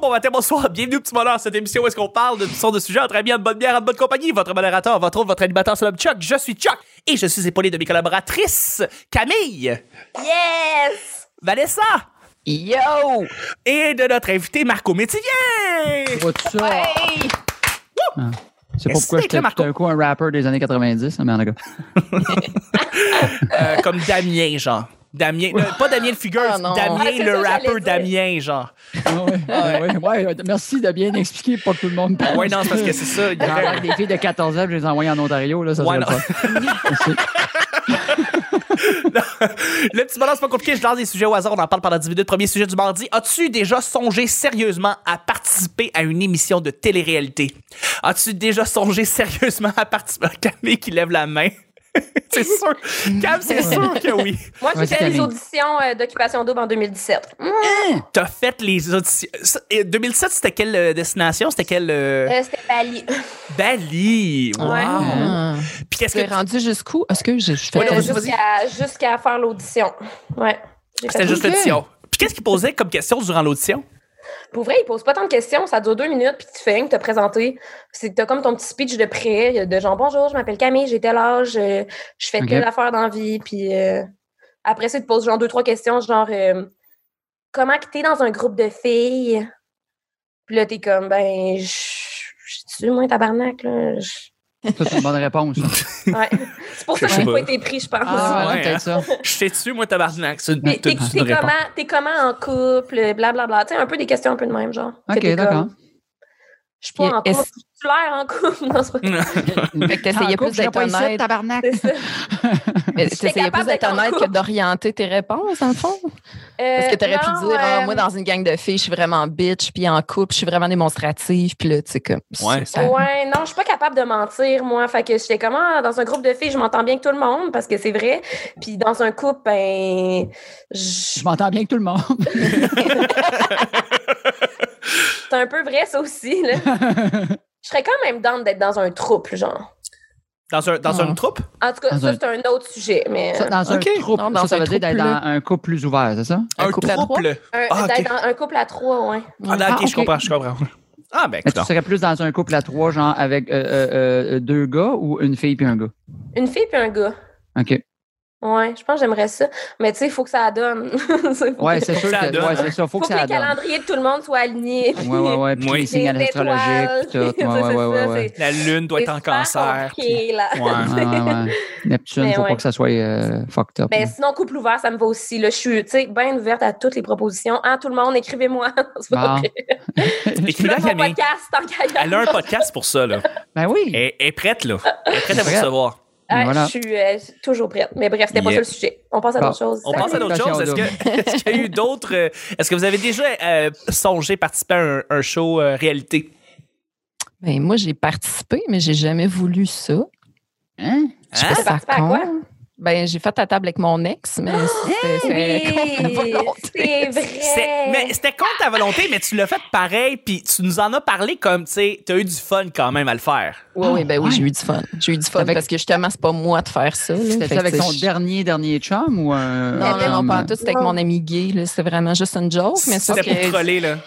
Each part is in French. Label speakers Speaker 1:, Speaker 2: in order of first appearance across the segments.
Speaker 1: bon matin, bonsoir, bienvenue au Petit Bonheur, cette émission où est-ce qu'on parle de toutes sortes de sujets entre amis, en bonne bière, en bonne compagnie. Votre modérateur, votre autre, votre animateur, c'est l'homme Chuck. Je suis Chuck et je suis épaulé de mes collaboratrices Camille,
Speaker 2: Yes!
Speaker 1: Vanessa
Speaker 3: Yo!
Speaker 1: et de notre invité Marco Métivier.
Speaker 3: Pas tout ça.
Speaker 2: Hey!
Speaker 3: C'est pas
Speaker 1: Merci
Speaker 3: pourquoi
Speaker 1: d'être là,
Speaker 3: j'étais
Speaker 1: Marco.
Speaker 3: tout d'un coup un rapper des années 90, mais en tout cas.
Speaker 1: Euh, comme Damien, genre. Damien, euh, pas Damien le figure,
Speaker 2: Ah, non.
Speaker 1: Damien
Speaker 2: Ah, c'est
Speaker 1: le
Speaker 2: ça que
Speaker 1: rappeur
Speaker 2: j'allais
Speaker 1: Damien, genre.
Speaker 3: Ah ouais, ah ouais, ouais, ouais, merci de bien expliquer pour que tout le monde. pense.
Speaker 1: Ah Ouais, non, c'est parce que c'est ça. il y
Speaker 3: J'ai
Speaker 1: avait-
Speaker 3: l'air des filles de 14 ans, je les ai envoyées en Ontario, là, ça
Speaker 1: Ouais,
Speaker 3: serait
Speaker 1: non.
Speaker 3: pas. Merci.
Speaker 1: Le petit bonheur, c'est pas compliqué. Je lance des sujets au hasard. On en parle pendant 10 minutes. Premier sujet du mardi. As-tu déjà songé sérieusement à participer à une émission de télé-réalité? As-tu déjà songé sérieusement à participer? Ah, Camille qui lève la main. c'est sûr. Cam, c'est sûr que oui.
Speaker 2: Moi, j'ai
Speaker 3: Vas-y,
Speaker 2: fait les
Speaker 3: Camille.
Speaker 2: auditions euh, d'Occupation Double en 2017. Mm.
Speaker 1: T'as fait les auditions. Et 2007, c'était quelle euh, destination? C'était quelle. euh,
Speaker 2: Euh, C'était Bali.
Speaker 1: Bali. Wow.
Speaker 2: Ouais.
Speaker 4: Ah.
Speaker 1: Puis qu'est-ce
Speaker 4: Tu es
Speaker 1: que.
Speaker 4: rendu jusqu'où? Est-ce que je, je fais
Speaker 1: Ouais, non,
Speaker 4: la-
Speaker 1: vas-y, vas-y.
Speaker 2: Euh, Jusqu'à jusqu'à faire l'audition. Ouais. J'ai fait
Speaker 1: C'était juste
Speaker 4: Ok.
Speaker 1: l'audition. Puis qu'est-ce qu'ils posaient comme question durant l'audition?
Speaker 2: Pour vrai, ils posent pas tant de questions. Ça dure deux minutes, puis tu fais rien que te présenter. C'est t'as comme ton petit speech de prêt, de genre bonjour, je m'appelle Camille, j'ai tel âge, euh, je fais
Speaker 3: Ok.
Speaker 2: telle affaire dans la vie. Puis euh, après ça, ils te posent genre deux, trois questions, genre euh, comment que t'es dans un groupe de filles? Puis là, t'es comme ben je je suis moins tabarnak, là. Je-
Speaker 3: Ça, c'est une bonne réponse. ça.
Speaker 2: Ouais. C'est pour ça que
Speaker 1: Je sais
Speaker 2: j'ai
Speaker 1: pas.
Speaker 2: pas été pris, je pense.
Speaker 4: Ah, voilà,
Speaker 1: Ouais, hein.
Speaker 4: peut-être ça.
Speaker 1: Je sais dessus, moi, tabarnak. C'est une,
Speaker 2: T'es t'es-
Speaker 1: toute une
Speaker 2: t'es
Speaker 1: réponse.
Speaker 2: comment, t'es comment en couple, blablabla. Tu sais, un peu des questions un peu de même, genre. Que
Speaker 3: Ok,
Speaker 2: t'es comme,
Speaker 3: d'accord.
Speaker 2: Je suis pas en
Speaker 4: Est-ce-
Speaker 2: couple, tu l'air en couple. Non,
Speaker 4: Mm.
Speaker 2: c'est pas-
Speaker 4: Fait que t'essayais
Speaker 3: Ah, coupe,
Speaker 4: plus d'être
Speaker 3: j'irai pas ici,
Speaker 4: honnête.
Speaker 3: tabarnak.
Speaker 2: c'est ça.
Speaker 4: Mais
Speaker 2: J'étais
Speaker 4: T'essayais plus
Speaker 2: capable
Speaker 4: d'être
Speaker 2: d'être en
Speaker 4: honnête que
Speaker 2: couple.
Speaker 4: d'orienter tes réponses, en le fond. Parce que
Speaker 2: Euh,
Speaker 4: t'aurais pu dire, Ah, moi, dans une gang de filles, je suis vraiment bitch, puis en couple, je suis vraiment démonstrative, puis là, tu sais, comme.
Speaker 1: Ouais.
Speaker 4: ça- ça-
Speaker 2: Ouais, non, je suis pas capable de mentir, moi. Fait que j'étais comme, Ah, dans un groupe de filles, je m'entends bien avec tout le monde, parce que c'est vrai. Puis dans un couple, ben.
Speaker 3: Je
Speaker 2: je-
Speaker 3: m'entends bien avec tout le monde.
Speaker 2: C'est un peu vrai, ça aussi, là. Je serais quand même down d'être dans un trouble, genre.
Speaker 1: Dans, un, dans
Speaker 4: Ah.
Speaker 1: une troupe?
Speaker 2: En tout cas,
Speaker 3: Dans
Speaker 2: ça,
Speaker 3: un-
Speaker 2: c'est un autre sujet, mais.
Speaker 3: Ça, dans un
Speaker 1: Ok.
Speaker 3: troupe,
Speaker 4: Non, dans
Speaker 3: ça, ça
Speaker 4: un
Speaker 3: veut dire d'être
Speaker 4: troupe,
Speaker 3: dans
Speaker 4: là.
Speaker 3: un couple plus ouvert, c'est ça?
Speaker 4: Un couple à trois?
Speaker 1: trouble?
Speaker 2: Un,
Speaker 1: Ah, ok.
Speaker 2: d'être dans un couple à trois, ouais.
Speaker 1: Ah,
Speaker 4: Ouais.
Speaker 1: ok,
Speaker 3: Ah,
Speaker 1: je
Speaker 3: ok.
Speaker 1: comprends, je comprends. Ah, ben,
Speaker 3: Mais tu
Speaker 1: écoute.
Speaker 3: serais plus dans un couple à trois, genre avec euh, euh, euh, deux gars ou une fille puis un gars?
Speaker 2: Une fille puis un gars.
Speaker 3: OK.
Speaker 2: Ouais, je pense que j'aimerais ça. Mais tu sais, il faut que ça donne. C'est-
Speaker 3: Ouais, c'est sûr
Speaker 1: ça
Speaker 3: que
Speaker 1: donne.
Speaker 3: ouais, c'est ça, faut
Speaker 2: faut
Speaker 3: que
Speaker 2: que,
Speaker 3: ça
Speaker 2: les
Speaker 3: donne.
Speaker 2: calendriers de tout le monde soient alignés.
Speaker 3: Ouais, ouais, ouais, puis
Speaker 1: Oui.
Speaker 3: les signaux
Speaker 2: Les étoiles,
Speaker 3: astrologiques, puis tout. Ouais, ouais, ouais, ouais, ouais.
Speaker 1: La lune doit être en cancer. puis-
Speaker 2: là.
Speaker 1: Ouais.
Speaker 3: Ouais, ouais, ouais. Neptune,
Speaker 2: Mais
Speaker 3: faut
Speaker 2: ouais.
Speaker 3: pas que ça soit euh, fucked up.
Speaker 2: Ben,
Speaker 3: là.
Speaker 2: sinon, couple ouvert, ça me va aussi. Là. Je suis bien ouverte à toutes les propositions. Ah, tout le monde, écrivez-moi. C'est pas
Speaker 3: Bon.
Speaker 2: vrai.
Speaker 1: Et puis
Speaker 2: Là,
Speaker 1: là,
Speaker 2: mon
Speaker 1: Camille,
Speaker 2: podcast, tant qu'à y
Speaker 1: elle a un
Speaker 2: aller.
Speaker 1: podcast pour ça, là.
Speaker 3: Ben oui.
Speaker 1: Elle elle est prête, là. Elle est prête à vous
Speaker 3: Prête.
Speaker 1: recevoir.
Speaker 2: Ah,
Speaker 3: Voilà.
Speaker 2: Je suis euh, toujours prête. Mais bref, c'était pas
Speaker 1: Yeah.
Speaker 2: ça le sujet. On passe à
Speaker 3: Bon.
Speaker 2: d'autres choses.
Speaker 1: On passe à
Speaker 2: Salut.
Speaker 1: d'autres choses. Est-ce que- est-ce qu'il y a eu d'autres. euh, Est-ce que vous avez déjà euh, songé participer à un, un show euh, réalité?
Speaker 4: Ben, moi, j'ai participé, mais j'ai jamais voulu ça.
Speaker 3: Hein?
Speaker 4: Je sais
Speaker 1: Hein?
Speaker 4: pas si ça
Speaker 2: T'as participé à quoi?
Speaker 4: compte. Ben, j'ai fait la table avec mon ex, mais c'était- c'était
Speaker 2: Oui,
Speaker 1: C'est-
Speaker 2: c'est vrai.
Speaker 1: mais C'était contre ta volonté, mais tu l'as fait pareil, puis tu nous en as parlé comme, tu sais, t'as eu du fun quand même à le faire.
Speaker 4: Oui, oui, ben
Speaker 3: Ouais.
Speaker 4: oui, j'ai eu du fun. J'ai eu du fun
Speaker 3: Avec-
Speaker 4: parce que justement, c'est pas moi de faire ça. là. Fait
Speaker 3: C'était
Speaker 4: que,
Speaker 3: avec
Speaker 4: tu
Speaker 3: son
Speaker 4: sais, je-
Speaker 3: dernier, dernier chum ou un.
Speaker 4: Non,
Speaker 3: un
Speaker 4: non, non,
Speaker 3: chum,
Speaker 4: pas
Speaker 3: euh,
Speaker 4: en tout. C'était avec mon ami gay. là. C'était vraiment juste une joke. Mais c'est
Speaker 1: C'était
Speaker 4: parce
Speaker 1: pour
Speaker 4: que-
Speaker 1: troller, là.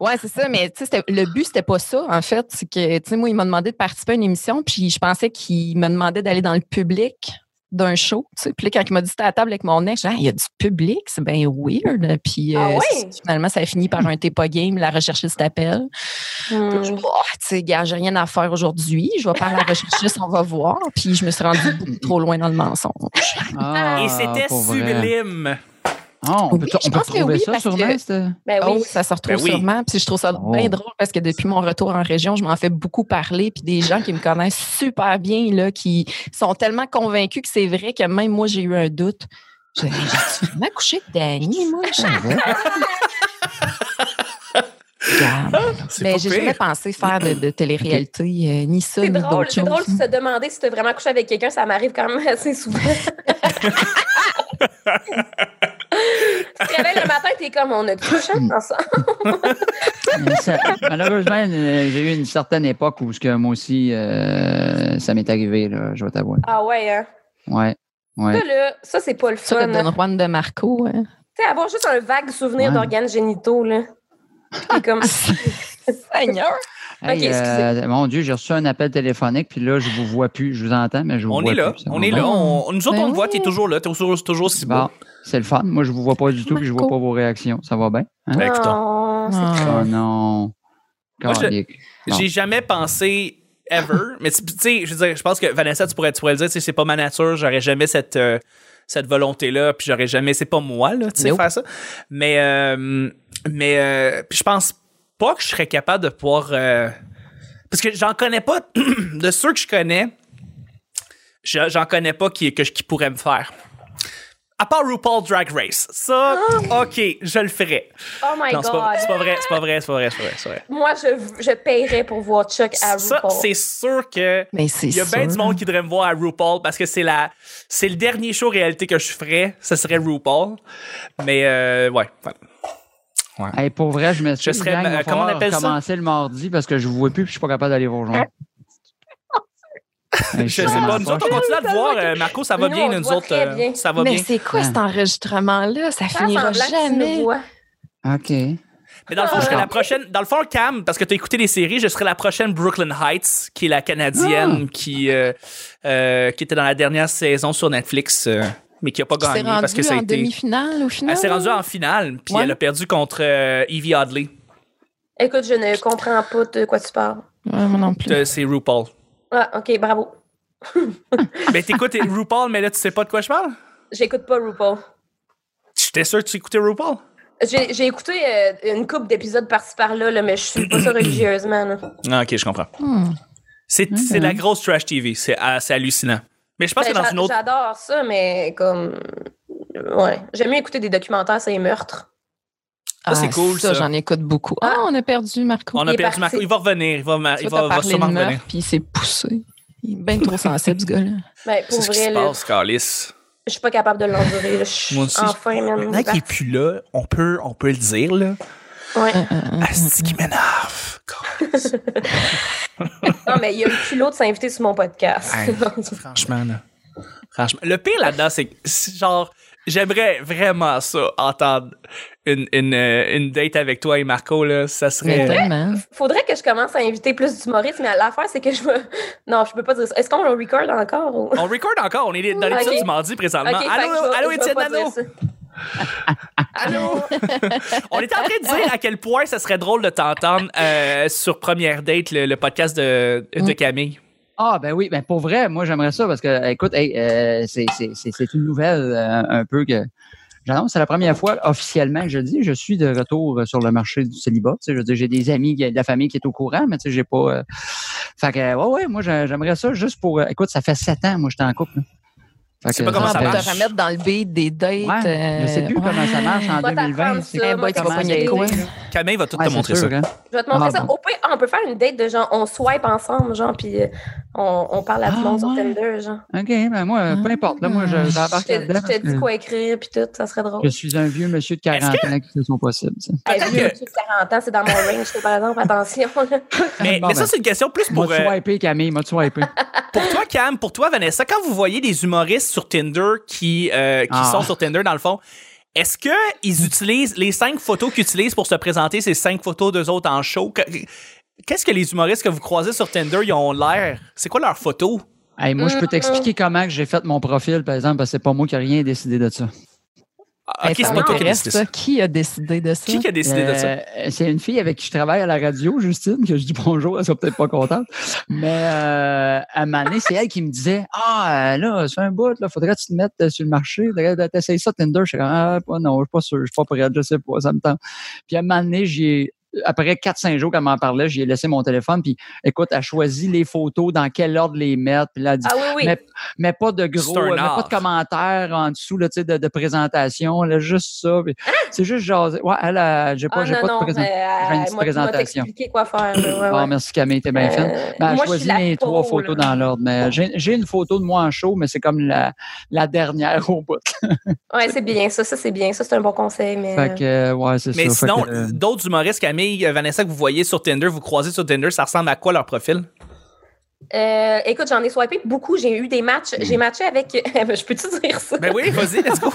Speaker 4: Ouais, c'est ça. Mais tu sais, c'était- le but, c'était pas ça, en fait. C'est que, tu sais, moi, il m'a demandé de participer à une émission, puis je pensais qu'il me demandait d'aller dans le public d'un show. tu sais. Puis là, quand il m'a dit c'était à la table avec mon ex, j'ai dit, Ah, il y a du public, c'est bien weird. Puis
Speaker 2: Ah
Speaker 4: euh,
Speaker 2: ouais?
Speaker 4: finalement, ça a fini par un t'es pas game, la recherchiste t'appelle. Puis là, je
Speaker 2: Hmm.
Speaker 4: me dis, oh, tu sais, gars, j'ai rien à faire aujourd'hui. Je vais parler à la recherchiste, on va voir. Puis je me suis rendue beaucoup trop loin dans le mensonge.
Speaker 3: Ah,
Speaker 1: Et c'était
Speaker 3: pour vrai.
Speaker 1: sublime.
Speaker 3: Ah, on peut,
Speaker 4: Oui,
Speaker 3: on
Speaker 4: je
Speaker 3: peut
Speaker 4: pense que
Speaker 3: trouver
Speaker 4: oui,
Speaker 3: ça
Speaker 4: parce
Speaker 3: sûrement.
Speaker 4: que-
Speaker 3: c'était-
Speaker 2: Ben
Speaker 4: Ah
Speaker 2: oui.
Speaker 4: oui, ça se retrouve
Speaker 1: Ben oui.
Speaker 4: sûrement. Puis je trouve ça
Speaker 3: Oh.
Speaker 4: bien drôle parce que depuis mon retour en région, je m'en fais beaucoup parler. Puis des gens qui me connaissent super bien, là, qui sont tellement convaincus que c'est vrai que même moi, j'ai eu un doute. J'ai j'ai vraiment couché avec Danny, moi. Je
Speaker 3: Ah, ouais.
Speaker 4: regarde.
Speaker 1: Ah, C'est
Speaker 4: Mais
Speaker 1: pas
Speaker 4: Ben, j'ai
Speaker 1: pire.
Speaker 4: jamais pensé faire de, de télé-réalité, euh, ni ça,
Speaker 2: C'est
Speaker 4: ni
Speaker 2: drôle,
Speaker 4: d'autres
Speaker 2: c'est
Speaker 4: choses.
Speaker 2: drôle de se demander si tu as vraiment couché avec quelqu'un, ça m'arrive quand même assez souvent. tu te réveilles le matin, t'es comme on a couché ensemble.
Speaker 3: Mm. Mais ça- malheureusement, euh, j'ai eu une certaine époque où ce que moi aussi, euh, ça m'est arrivé, là, je vais t'avouer.
Speaker 2: Ah ouais, hein.
Speaker 3: Ouais.
Speaker 2: Ça,
Speaker 3: Ouais.
Speaker 2: là, ça c'est pas le
Speaker 4: Ça,
Speaker 2: fun.
Speaker 4: le
Speaker 2: hein.
Speaker 4: Don Juan de Marco. hein.
Speaker 2: Tu sais, avoir juste un vague souvenir
Speaker 3: Ouais.
Speaker 2: d'organes génitaux, là. T'es comme,
Speaker 4: Ah, Seigneur!
Speaker 3: Hey,
Speaker 2: Ok, excusez.
Speaker 3: euh, mon Dieu, j'ai reçu un appel téléphonique, puis là, je vous vois plus, je vous entends, mais je vous
Speaker 1: On
Speaker 3: vois
Speaker 1: est là,
Speaker 3: plus. C'est
Speaker 1: on
Speaker 3: bon,
Speaker 1: est
Speaker 3: bon.
Speaker 1: là. on- nous autres,
Speaker 4: Ben
Speaker 1: on te voit,
Speaker 4: oui.
Speaker 1: t'es toujours là, t'es toujours, toujours si beau.
Speaker 3: Bon, c'est le fun. Moi, je vous vois pas du tout, puis je vois
Speaker 4: Marco.
Speaker 3: pas vos réactions. Ça va bien? Hein?
Speaker 1: Ben, écoute,
Speaker 2: non, c'est
Speaker 4: Ah.
Speaker 3: Oh non.
Speaker 1: Moi, je-
Speaker 3: Calique. Non.
Speaker 1: J'ai jamais pensé ever, mais tu tu sais, je veux dire, je pense que Vanessa, tu pourrais, tu pourrais le dire, tu sais, c'est pas ma nature, j'aurais jamais cette, euh, cette volonté-là, puis j'aurais jamais, c'est pas moi, là, tu sais,
Speaker 4: Nope.
Speaker 1: faire ça. Mais, euh, mais euh, puis je pense pas que je serais capable de pouvoir. euh, parce que j'en connais pas, de ceux que je connais, je- j'en connais pas qui, que, je- qui pourraient me faire. À part RuPaul Drag Race. Ça, OK, je le ferais.
Speaker 2: Oh my
Speaker 1: non, c'est pas,
Speaker 2: God.
Speaker 1: c'est pas vrai, c'est pas vrai, c'est pas vrai, c'est pas vrai, c'est pas vrai.
Speaker 2: Moi, je, je paierais pour voir Chuck à
Speaker 1: Ça,
Speaker 2: RuPaul.
Speaker 1: c'est sûr que.
Speaker 4: Mais Ben, c'est
Speaker 1: Il y a bien
Speaker 4: sûr.
Speaker 1: du monde qui devrait me voir à RuPaul parce que c'est la c'est le dernier show réalité que je ferais, ce serait RuPaul. Mais euh, ouais, voilà.
Speaker 3: Hey, pour vrai, je m'excuse.
Speaker 1: Je serais-
Speaker 3: gang, il va
Speaker 1: euh, comment on
Speaker 3: falloir
Speaker 1: appelle ça?
Speaker 3: recommencer le mardi parce que je vous vois plus puis je suis pas capable d'aller vous rejoindre. Hey,
Speaker 1: Je sais
Speaker 3: vraiment
Speaker 1: pas, nous autres, on
Speaker 3: poche.
Speaker 1: continue à te voir, euh, Marco, ça va
Speaker 2: Nous,
Speaker 1: bien,
Speaker 2: on te
Speaker 1: nous
Speaker 2: voit
Speaker 1: autres,
Speaker 2: très
Speaker 1: euh,
Speaker 2: bien.
Speaker 1: ça va
Speaker 4: Mais
Speaker 1: bien.
Speaker 4: c'est quoi cet enregistrement-là? Ça
Speaker 2: Fais
Speaker 4: finira
Speaker 2: semblant que tu nous
Speaker 4: jamais.
Speaker 2: vois.
Speaker 3: OK.
Speaker 1: Mais dans le fond, je serais
Speaker 3: Ah.
Speaker 1: la prochaine, dans le fond, Cam, parce que t'as écouté les séries, je serais la prochaine Brooklyn Heights, qui est la canadienne qui euh, euh, qui était dans la dernière saison sur Netflix, euh, mais qui a pas
Speaker 4: Qui s'est
Speaker 1: gagné parce que
Speaker 4: rendue
Speaker 1: ça a
Speaker 4: en
Speaker 1: été. Ah,
Speaker 4: demi-finale au final?
Speaker 1: Elle s'est rendue en finale, puis
Speaker 4: Ouais.
Speaker 1: elle a perdu contre euh, Evie Oddly.
Speaker 2: Écoute, je ne comprends pas de quoi tu parles.
Speaker 4: Ouais, moi non plus.
Speaker 1: Euh, C'est RuPaul.
Speaker 2: Ah, OK, bravo.
Speaker 1: Ben t'écoutes RuPaul, mais là tu sais pas de quoi je parle?
Speaker 2: J'écoute pas RuPaul.
Speaker 1: J'étais sûr que tu écoutais RuPaul.
Speaker 2: J'ai j'ai écouté euh, une couple d'épisodes par-ci par-là, là, mais je suis pas ça religieusement. là.
Speaker 1: Ah, ok, je comprends.
Speaker 4: Hmm.
Speaker 1: C'est c'est la grosse trash TV. C'est ah, c'est hallucinant. Mais je pense
Speaker 2: Mm-hmm.
Speaker 1: que
Speaker 2: Ben,
Speaker 1: dans
Speaker 2: j'a-
Speaker 1: une autre.
Speaker 2: J'adore ça, mais comme. Ouais. J'aime mieux écouter des documentaires sur les meurtres.
Speaker 1: Ah, c'est cool, ça.
Speaker 4: j'en écoute beaucoup. Ah, on a perdu Marco.
Speaker 1: On a
Speaker 2: il est
Speaker 1: perdu
Speaker 2: parti.
Speaker 1: Marco. Il va revenir. Il va, ma-
Speaker 4: Tu
Speaker 1: il
Speaker 4: vois,
Speaker 1: va,
Speaker 4: t'as
Speaker 1: va
Speaker 4: parlé de
Speaker 1: sûrement revenir.
Speaker 4: meurtre, puis il s'est poussé. Il est bien trop sensible, ce gars-là.
Speaker 2: Ben, pour
Speaker 1: C'est ce qui
Speaker 2: vrai,
Speaker 1: se
Speaker 2: là,
Speaker 1: passe, Carlis.
Speaker 2: je suis pas capable de l'endurer. là. Je suis
Speaker 1: Moi aussi.
Speaker 2: enfin même.
Speaker 1: Maintenant qu'il est plus là, on peut, on peut le dire, là.
Speaker 2: Mm-hmm. Ouais.
Speaker 1: Asti qui m'énerve. Carlis.
Speaker 2: Non, mais il y a le culot de s'inviter sur mon podcast.
Speaker 1: Hey, Franchement, là. Franchement. Le pire là-dedans, c'est que, c'est genre, j'aimerais vraiment ça, entendre une, une, euh, une date avec toi et Marco, là. Ça
Speaker 4: Mais
Speaker 1: serait.
Speaker 4: tellement.
Speaker 2: Faudrait que je commence à inviter plus d'humoristes, mais l'affaire, c'est que je me. Non, je peux pas dire ça. Est-ce qu'on le record encore? Ou...
Speaker 1: On record encore, on est dans l'épisode
Speaker 2: Ok.
Speaker 1: du mardi
Speaker 2: Ok,
Speaker 1: présentement.
Speaker 2: fait que
Speaker 1: allô,
Speaker 2: je vais-
Speaker 1: allô,
Speaker 2: je vais
Speaker 1: Étienne
Speaker 2: pas dire
Speaker 1: Nano!
Speaker 2: ça.
Speaker 1: Allô? On était en train de dire à quel point ça serait drôle de t'entendre euh, sur Première Date, le, le podcast de, de
Speaker 4: Mm.
Speaker 1: Camille.
Speaker 3: Ah, ben oui, ben pour vrai, moi, j'aimerais ça parce que, écoute, hey, euh, c'est- c'est c'est- c'est une nouvelle euh, un peu que j'annonce. C'est la première fois officiellement que je le dis. Je suis de retour sur le marché du célibat. Tu sais, je veux dire, j'ai des amis qui- de la famille qui est au courant, mais tu sais, j'ai pas. euh, Fait que, ouais, ouais, moi, j'a- j'aimerais ça juste pour. euh, Écoute, ça fait sept ans, moi, j'étais en couple. là. Fait
Speaker 1: C'est pas comment
Speaker 4: Ah,
Speaker 1: ça
Speaker 4: pour
Speaker 1: marche.
Speaker 4: te remettre dans le beat des dates.
Speaker 3: Ouais, je sais plus
Speaker 4: euh,
Speaker 3: comment ça marche en
Speaker 2: Va t'apprendre
Speaker 3: 2020.
Speaker 2: ça,
Speaker 3: c'est comment
Speaker 2: moi,
Speaker 4: t'as pas pogné
Speaker 3: dater,
Speaker 4: quoi?
Speaker 3: là.
Speaker 1: Camille va tout
Speaker 3: Ouais,
Speaker 1: te
Speaker 3: c'est
Speaker 1: montrer
Speaker 3: sûr,
Speaker 1: ça.
Speaker 3: hein.
Speaker 2: Je vais te montrer
Speaker 3: Ah,
Speaker 2: ça.
Speaker 3: bon.
Speaker 2: Au pire, on peut faire une date de genre, on swipe ensemble, genre, puis euh, on, on parle à tout le
Speaker 3: Ah,
Speaker 2: monde sur
Speaker 3: ouais.
Speaker 2: Tinder, genre.
Speaker 3: OK, ben moi, peu importe. Là, moi, je
Speaker 2: Ah. Je
Speaker 3: j'embarque
Speaker 2: te,
Speaker 3: là-dedans.
Speaker 2: je te
Speaker 3: parce
Speaker 2: dis
Speaker 3: que
Speaker 2: quoi écrire, puis tout, ça serait drôle.
Speaker 3: Je suis un vieux monsieur de 40 ans qui fait son possible. ça.
Speaker 2: Hey,
Speaker 1: Peut-être
Speaker 2: vieux,
Speaker 1: que-
Speaker 2: j'ai 40 ans, c'est dans mon range, par exemple, attention.
Speaker 1: Mais,
Speaker 3: Bon,
Speaker 1: mais ça,
Speaker 3: ben.
Speaker 1: c'est une question plus pour,
Speaker 3: M'a
Speaker 1: euh,
Speaker 3: swipé, Camille, m'a swipé.
Speaker 1: pour toi, Cam, pour toi, Vanessa. Quand vous voyez des humoristes sur Tinder qui, euh, qui
Speaker 3: Ah.
Speaker 1: sont sur Tinder, dans le fond, est-ce que ils utilisent les cinq photos qu'ils utilisent pour se présenter, ces cinq photos d'eux autres en show? Que- Qu'est-ce que les humoristes que vous croisez sur Tinder, ils ont l'air? C'est quoi leur photo?
Speaker 3: Hey, moi, je peux t'expliquer comment que j'ai fait mon profil, par exemple, parce que c'est pas moi qui ai rien décidé de ça.
Speaker 1: Ah,
Speaker 4: hey,
Speaker 1: Ok, c'est
Speaker 4: ça
Speaker 1: pas toi qui as
Speaker 4: m'intéresse,
Speaker 1: décidé ça.
Speaker 4: ça. Qui a décidé de ça?
Speaker 1: Qui qui a décidé de ça?
Speaker 3: Euh, c'est une fille avec qui je travaille à la radio, Justine, que je dis bonjour, elle sera peut-être pas contente. Mais euh, à un moment donné, c'est elle qui me disait Ah, euh, là, c'est un bout, là, faudrait que tu te mettes euh, sur le marché, faudrait que t'essayes ça, Tinder. Je suis comme Ah, pas, non, je suis pas sûr, je suis pas prête, je sais pas, ça me tente. Puis à un moment donné, j'ai. Après 4-5 jours qu'elle m'en parlait, j'ai laissé mon téléphone. Puis écoute, elle choisit les photos, dans quel ordre les mettre. Puis là, elle dit
Speaker 2: Ah oui, oui.
Speaker 3: Mais- mais pas de gros,
Speaker 1: C'est un
Speaker 3: euh, mais pas
Speaker 1: art.
Speaker 3: de commentaires en dessous là, tu sais, de, de présentation, là, juste ça. puis C'est juste jaser. Ouais, elle, euh, j'ai pas,
Speaker 2: Ah
Speaker 3: j'ai
Speaker 2: non,
Speaker 3: pas
Speaker 2: non,
Speaker 3: de présentation.
Speaker 2: mais,
Speaker 3: J'ai une petite
Speaker 2: euh, moi, tu m'as
Speaker 3: présentation.
Speaker 2: t'expliqué quoi faire. là, ouais, ouais.
Speaker 3: merci Camille, t'es bien fine.
Speaker 2: Euh,
Speaker 3: Ben,
Speaker 2: moi,
Speaker 3: elle
Speaker 2: je
Speaker 3: a
Speaker 2: suis
Speaker 3: choisi
Speaker 2: la
Speaker 3: mes trois
Speaker 2: peau, là.
Speaker 3: photos dans l'ordre, mais j'ai j'ai une photo de moi en show, mais c'est comme la, la dernière au
Speaker 2: Euh,
Speaker 3: bout.
Speaker 2: Ouais, c'est bien ça, ça c'est bien, ça c'est un bon conseil, mais.
Speaker 3: Fait que, euh, ouais, c'est ça.
Speaker 1: Mais
Speaker 3: Fait
Speaker 1: sinon,
Speaker 3: que, euh,
Speaker 1: d'autres humoristes, Camille, euh, Vanessa, que vous voyez sur Tinder, vous croisez sur Tinder, ça ressemble à quoi leur profil?
Speaker 2: Euh, écoute, j'en ai swipé beaucoup. J'ai eu des matchs. J'ai matché avec. je peux-tu dire ça?
Speaker 1: Ben oui, vas-y, let's go.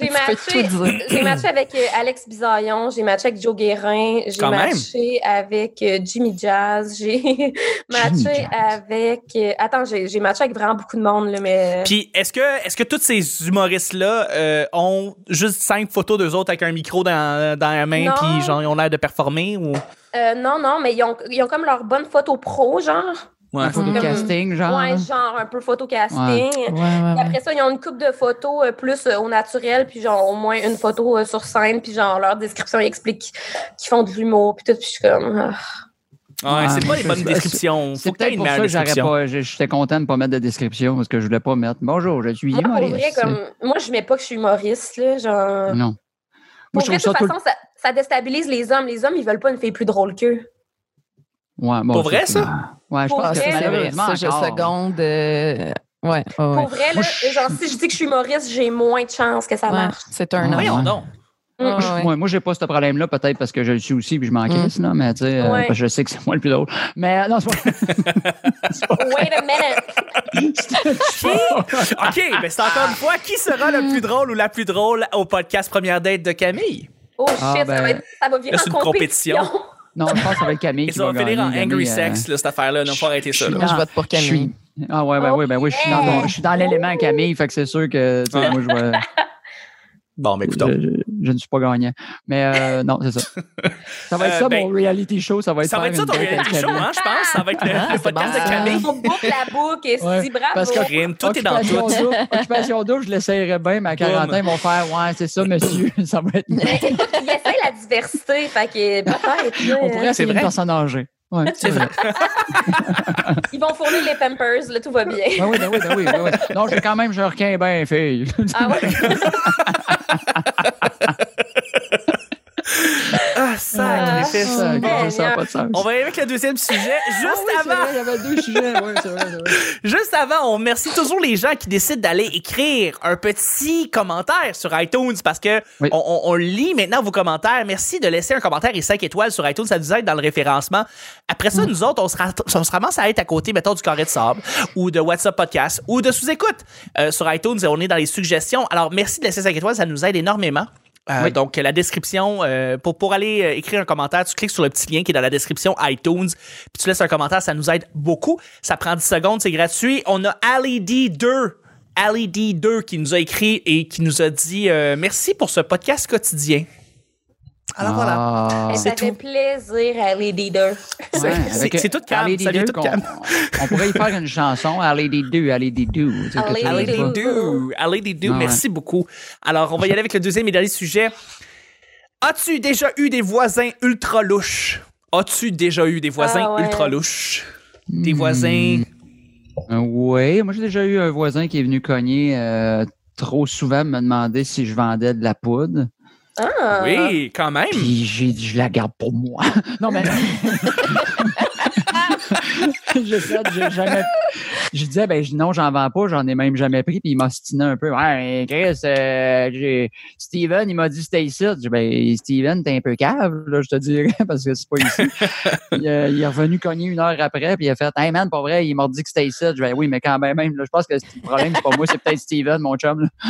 Speaker 2: J'ai
Speaker 4: Tu peux
Speaker 2: matché,
Speaker 4: tout dire.
Speaker 2: j'ai matché avec euh, Alex Bisaillon, j'ai matché avec Joe Guérin, j'ai
Speaker 1: Quand même.
Speaker 2: matché avec euh, Jimmy Jazz, j'ai matché
Speaker 3: Jazz.
Speaker 2: avec. euh, Attends, j'ai j'ai matché avec vraiment beaucoup de monde, là, mais.
Speaker 1: Puis est-ce que est-ce que tous ces humoristes là ont juste cinq photos d'eux autres avec un micro dans, dans la main
Speaker 2: Non.
Speaker 1: puis genre ils ont l'air de performer ou
Speaker 2: Euh, non, non, mais ils ont, ils ont comme leur bonne photo pro, genre.
Speaker 1: Ouais.
Speaker 3: Un photo
Speaker 4: Comme-
Speaker 3: casting, genre.
Speaker 2: Ouais, genre un peu photo casting.
Speaker 4: Ouais, ouais, ouais.
Speaker 2: Après ça, ils ont une coupe de photos euh, plus euh, au naturel, puis genre au moins une photo euh, sur scène, puis genre leur description, ils expliquent qu'ils font de l'humour, puis tout, puis je suis comme... ah.
Speaker 1: Ouais, c'est
Speaker 3: Ouais,
Speaker 1: pas
Speaker 3: mais
Speaker 1: les bonnes
Speaker 3: c'est-
Speaker 1: descriptions. Faut
Speaker 3: C'est
Speaker 1: que t'aies
Speaker 3: peut-être
Speaker 1: une
Speaker 3: pour ça
Speaker 1: meilleure
Speaker 3: que j'aurais
Speaker 1: description.
Speaker 3: pas. je- J'étais content de ne pas mettre de description parce que je voulais pas mettre Bonjour, je suis
Speaker 2: Moi, Ah, pour
Speaker 3: humoriste.
Speaker 2: vrai, comme, moi, je mets pas que je suis humoriste, là, genre...
Speaker 3: Non. Moi,
Speaker 2: Pour
Speaker 3: je
Speaker 2: vrai,
Speaker 3: trouve ça
Speaker 2: de toute
Speaker 3: tout le
Speaker 2: façon, ça, ça déstabilise les hommes. Les hommes, ils veulent pas une fille plus drôle qu'eux.
Speaker 3: Ouais, bon,
Speaker 1: Pour vrai,
Speaker 3: c'est- Ouais, je
Speaker 2: Pour
Speaker 3: pense
Speaker 4: Ah,
Speaker 3: que
Speaker 4: ça,
Speaker 2: vrai,
Speaker 4: c'est vrai.
Speaker 3: malheureusement.
Speaker 4: Ça, je
Speaker 3: encore.
Speaker 4: seconde. euh, ouais, ouais, ouais.
Speaker 2: Pour vrai, là,
Speaker 3: Moi, je-
Speaker 2: genre, si je dis que je suis humoriste, j'ai moins de chances que ça
Speaker 4: Ouais,
Speaker 2: marche.
Speaker 4: C'est un
Speaker 3: Ouais.
Speaker 4: an.
Speaker 1: Voyons donc.
Speaker 4: Ouais,
Speaker 3: Moi, je-
Speaker 4: ouais.
Speaker 3: Moi, moi, j'ai pas ce problème-là, peut-être parce que je le suis aussi puis je m'en
Speaker 4: Mm.
Speaker 3: crisse, là, mais tu sais, euh,
Speaker 2: Ouais.
Speaker 3: parce que je sais que c'est moi le plus drôle. Mais euh, non, c'est pas.
Speaker 2: Wait a minute!
Speaker 1: OK, mais c'est encore une fois, qui sera le plus drôle ou la plus drôle au podcast Première Date de Camille?
Speaker 2: Oh shit,
Speaker 3: Ah, ben,
Speaker 2: ça, va être- ça va virer
Speaker 1: là, c'est
Speaker 2: en
Speaker 1: une
Speaker 2: compétition.
Speaker 3: non, je pense que ça va être Camille.
Speaker 1: Et
Speaker 3: qui
Speaker 1: ça va
Speaker 3: va
Speaker 1: finir en
Speaker 3: gagner,
Speaker 1: angry
Speaker 3: Camille, euh,
Speaker 1: sex, là, cette affaire-là. Non, faut arrêter ça. là.
Speaker 4: Moi, je vote pour
Speaker 3: je
Speaker 4: Camille.
Speaker 3: suis- Ah ouais, ben oui, ben oui, je suis dans,
Speaker 2: Oh,
Speaker 3: mon- je suis dans l'élément Camille, fait que c'est sûr que tu sais,
Speaker 1: Ouais.
Speaker 3: moi je vois.
Speaker 1: Bon,
Speaker 3: ben,
Speaker 1: mais écoutons.
Speaker 3: je, je- je ne suis pas gagnant. Mais euh, non, c'est ça. Ça va être
Speaker 1: Euh,
Speaker 3: ça,
Speaker 1: ben,
Speaker 3: mon reality show. Ça va être,
Speaker 1: Ça va
Speaker 3: faire
Speaker 1: être ça
Speaker 3: une
Speaker 1: ton
Speaker 3: date avec
Speaker 1: reality show,
Speaker 3: Camille.
Speaker 1: hein, je pense. Ça va être le,
Speaker 4: Ah,
Speaker 1: le
Speaker 4: c'est
Speaker 1: podcast
Speaker 4: bon,
Speaker 1: de
Speaker 4: ça.
Speaker 1: Camille.
Speaker 2: On boucle la boucle, et
Speaker 3: Ouais,
Speaker 2: si bravo.
Speaker 3: parce que-
Speaker 1: Corinne, tout est dans
Speaker 3: Occupation
Speaker 1: tout.
Speaker 3: double, Occupation double, je l'essayerais bien, mais à 40 ans, ils vont faire Ouais, c'est ça, monsieur. Ça va être.
Speaker 2: Mais écoute, il essaie la diversité, fait que peut-être. là,
Speaker 3: On pourrait
Speaker 1: c'est
Speaker 3: essayer une
Speaker 1: vrai.
Speaker 3: personne âgée. Ouais, c'est vrai.
Speaker 2: Ils vont fournir les Pampers, là, tout va bien.
Speaker 3: Ben oui, ben oui, ben oui, ben oui. Non, j'ai quand même, je requins bien, fille.
Speaker 2: Ah ouais?
Speaker 1: Ah, ça,
Speaker 2: Ah,
Speaker 1: Griffith.
Speaker 3: ça n'a
Speaker 2: Seigneur.
Speaker 3: pas de sens.
Speaker 1: On va y aller avec le deuxième sujet.
Speaker 3: Ah
Speaker 1: Juste
Speaker 3: oui, c'est
Speaker 1: avant,
Speaker 3: vrai, Il y avait deux sujets. Oui, c'est vrai, c'est vrai.
Speaker 1: Juste avant, on remercie toujours les gens qui décident d'aller écrire un petit commentaire sur iTunes parce que
Speaker 3: Oui.
Speaker 1: on, on- on lit maintenant vos commentaires. Merci de laisser un commentaire et 5 étoiles sur iTunes, ça nous aide dans le référencement. Après ça, nous autres, on se, ra- on se ramasse à être à côté, mettons, du carré de sable ou de WhatsApp Podcast ou de sous-écoute euh, sur iTunes et on est dans les suggestions. Alors, merci de laisser 5 étoiles, ça nous aide énormément. Euh,
Speaker 3: Oui.
Speaker 1: Donc, la description, euh, pour, pour aller euh, écrire un commentaire, tu cliques sur le petit lien qui est dans la description iTunes, puis tu laisses un commentaire, ça nous aide beaucoup. Ça prend 10 secondes, c'est gratuit. On a Ali D2, Ali D2 qui nous a écrit et qui nous a dit euh, merci pour ce podcast quotidien. Alors voilà.
Speaker 3: Ah.
Speaker 2: ça fait
Speaker 1: tout.
Speaker 2: plaisir à les deux.
Speaker 1: C'est-
Speaker 3: Ouais,
Speaker 1: c'est-
Speaker 3: avec,
Speaker 1: c'est tout calme,
Speaker 3: Harley D
Speaker 1: salut,
Speaker 3: deux
Speaker 1: tout
Speaker 3: qu'on-
Speaker 1: calme.
Speaker 3: On pourrait y faire une chanson, Harley des deux, Harley des deux. tu sais, que
Speaker 2: Harley
Speaker 3: tu
Speaker 1: Ali
Speaker 2: des
Speaker 3: l'as
Speaker 2: deux.
Speaker 3: pas.
Speaker 1: D2, Ali D2,
Speaker 3: Ah ouais.
Speaker 1: merci beaucoup. Alors, on va y aller avec le deuxième et dernier sujet. As-tu déjà eu des voisins ultra louches? As-tu déjà eu des voisins
Speaker 2: Ah ouais.
Speaker 1: ultra louches? Des voisins.
Speaker 3: Euh, Oui, moi j'ai déjà eu un voisin qui est venu cogner euh, trop souvent, me demander si je vendais de la poudre.
Speaker 2: Ah!
Speaker 1: Oui, quand même.
Speaker 3: Puis j'ai dit, je la garde pour moi. Non, mais. je sais, j'ai jamais. Je disais, ben je- non, j'en vends pas, j'en ai même jamais pris. Puis il m'ostinait un peu. Ouais, mais Chris, euh, j'ai- Steven, il m'a dit, c'était ici. Je dis, ben Steven, t'es un peu cave, là, je te dirais, parce que c'est pas ici. Puis, euh, il est revenu cogner une heure après, puis il a fait, hey man, pas vrai, il m'a dit que c'était ici. Je dis, ben oui, mais quand même, même, là, je pense que c'est- le problème, c'est pas moi, c'est peut-être Steven, mon chum. là.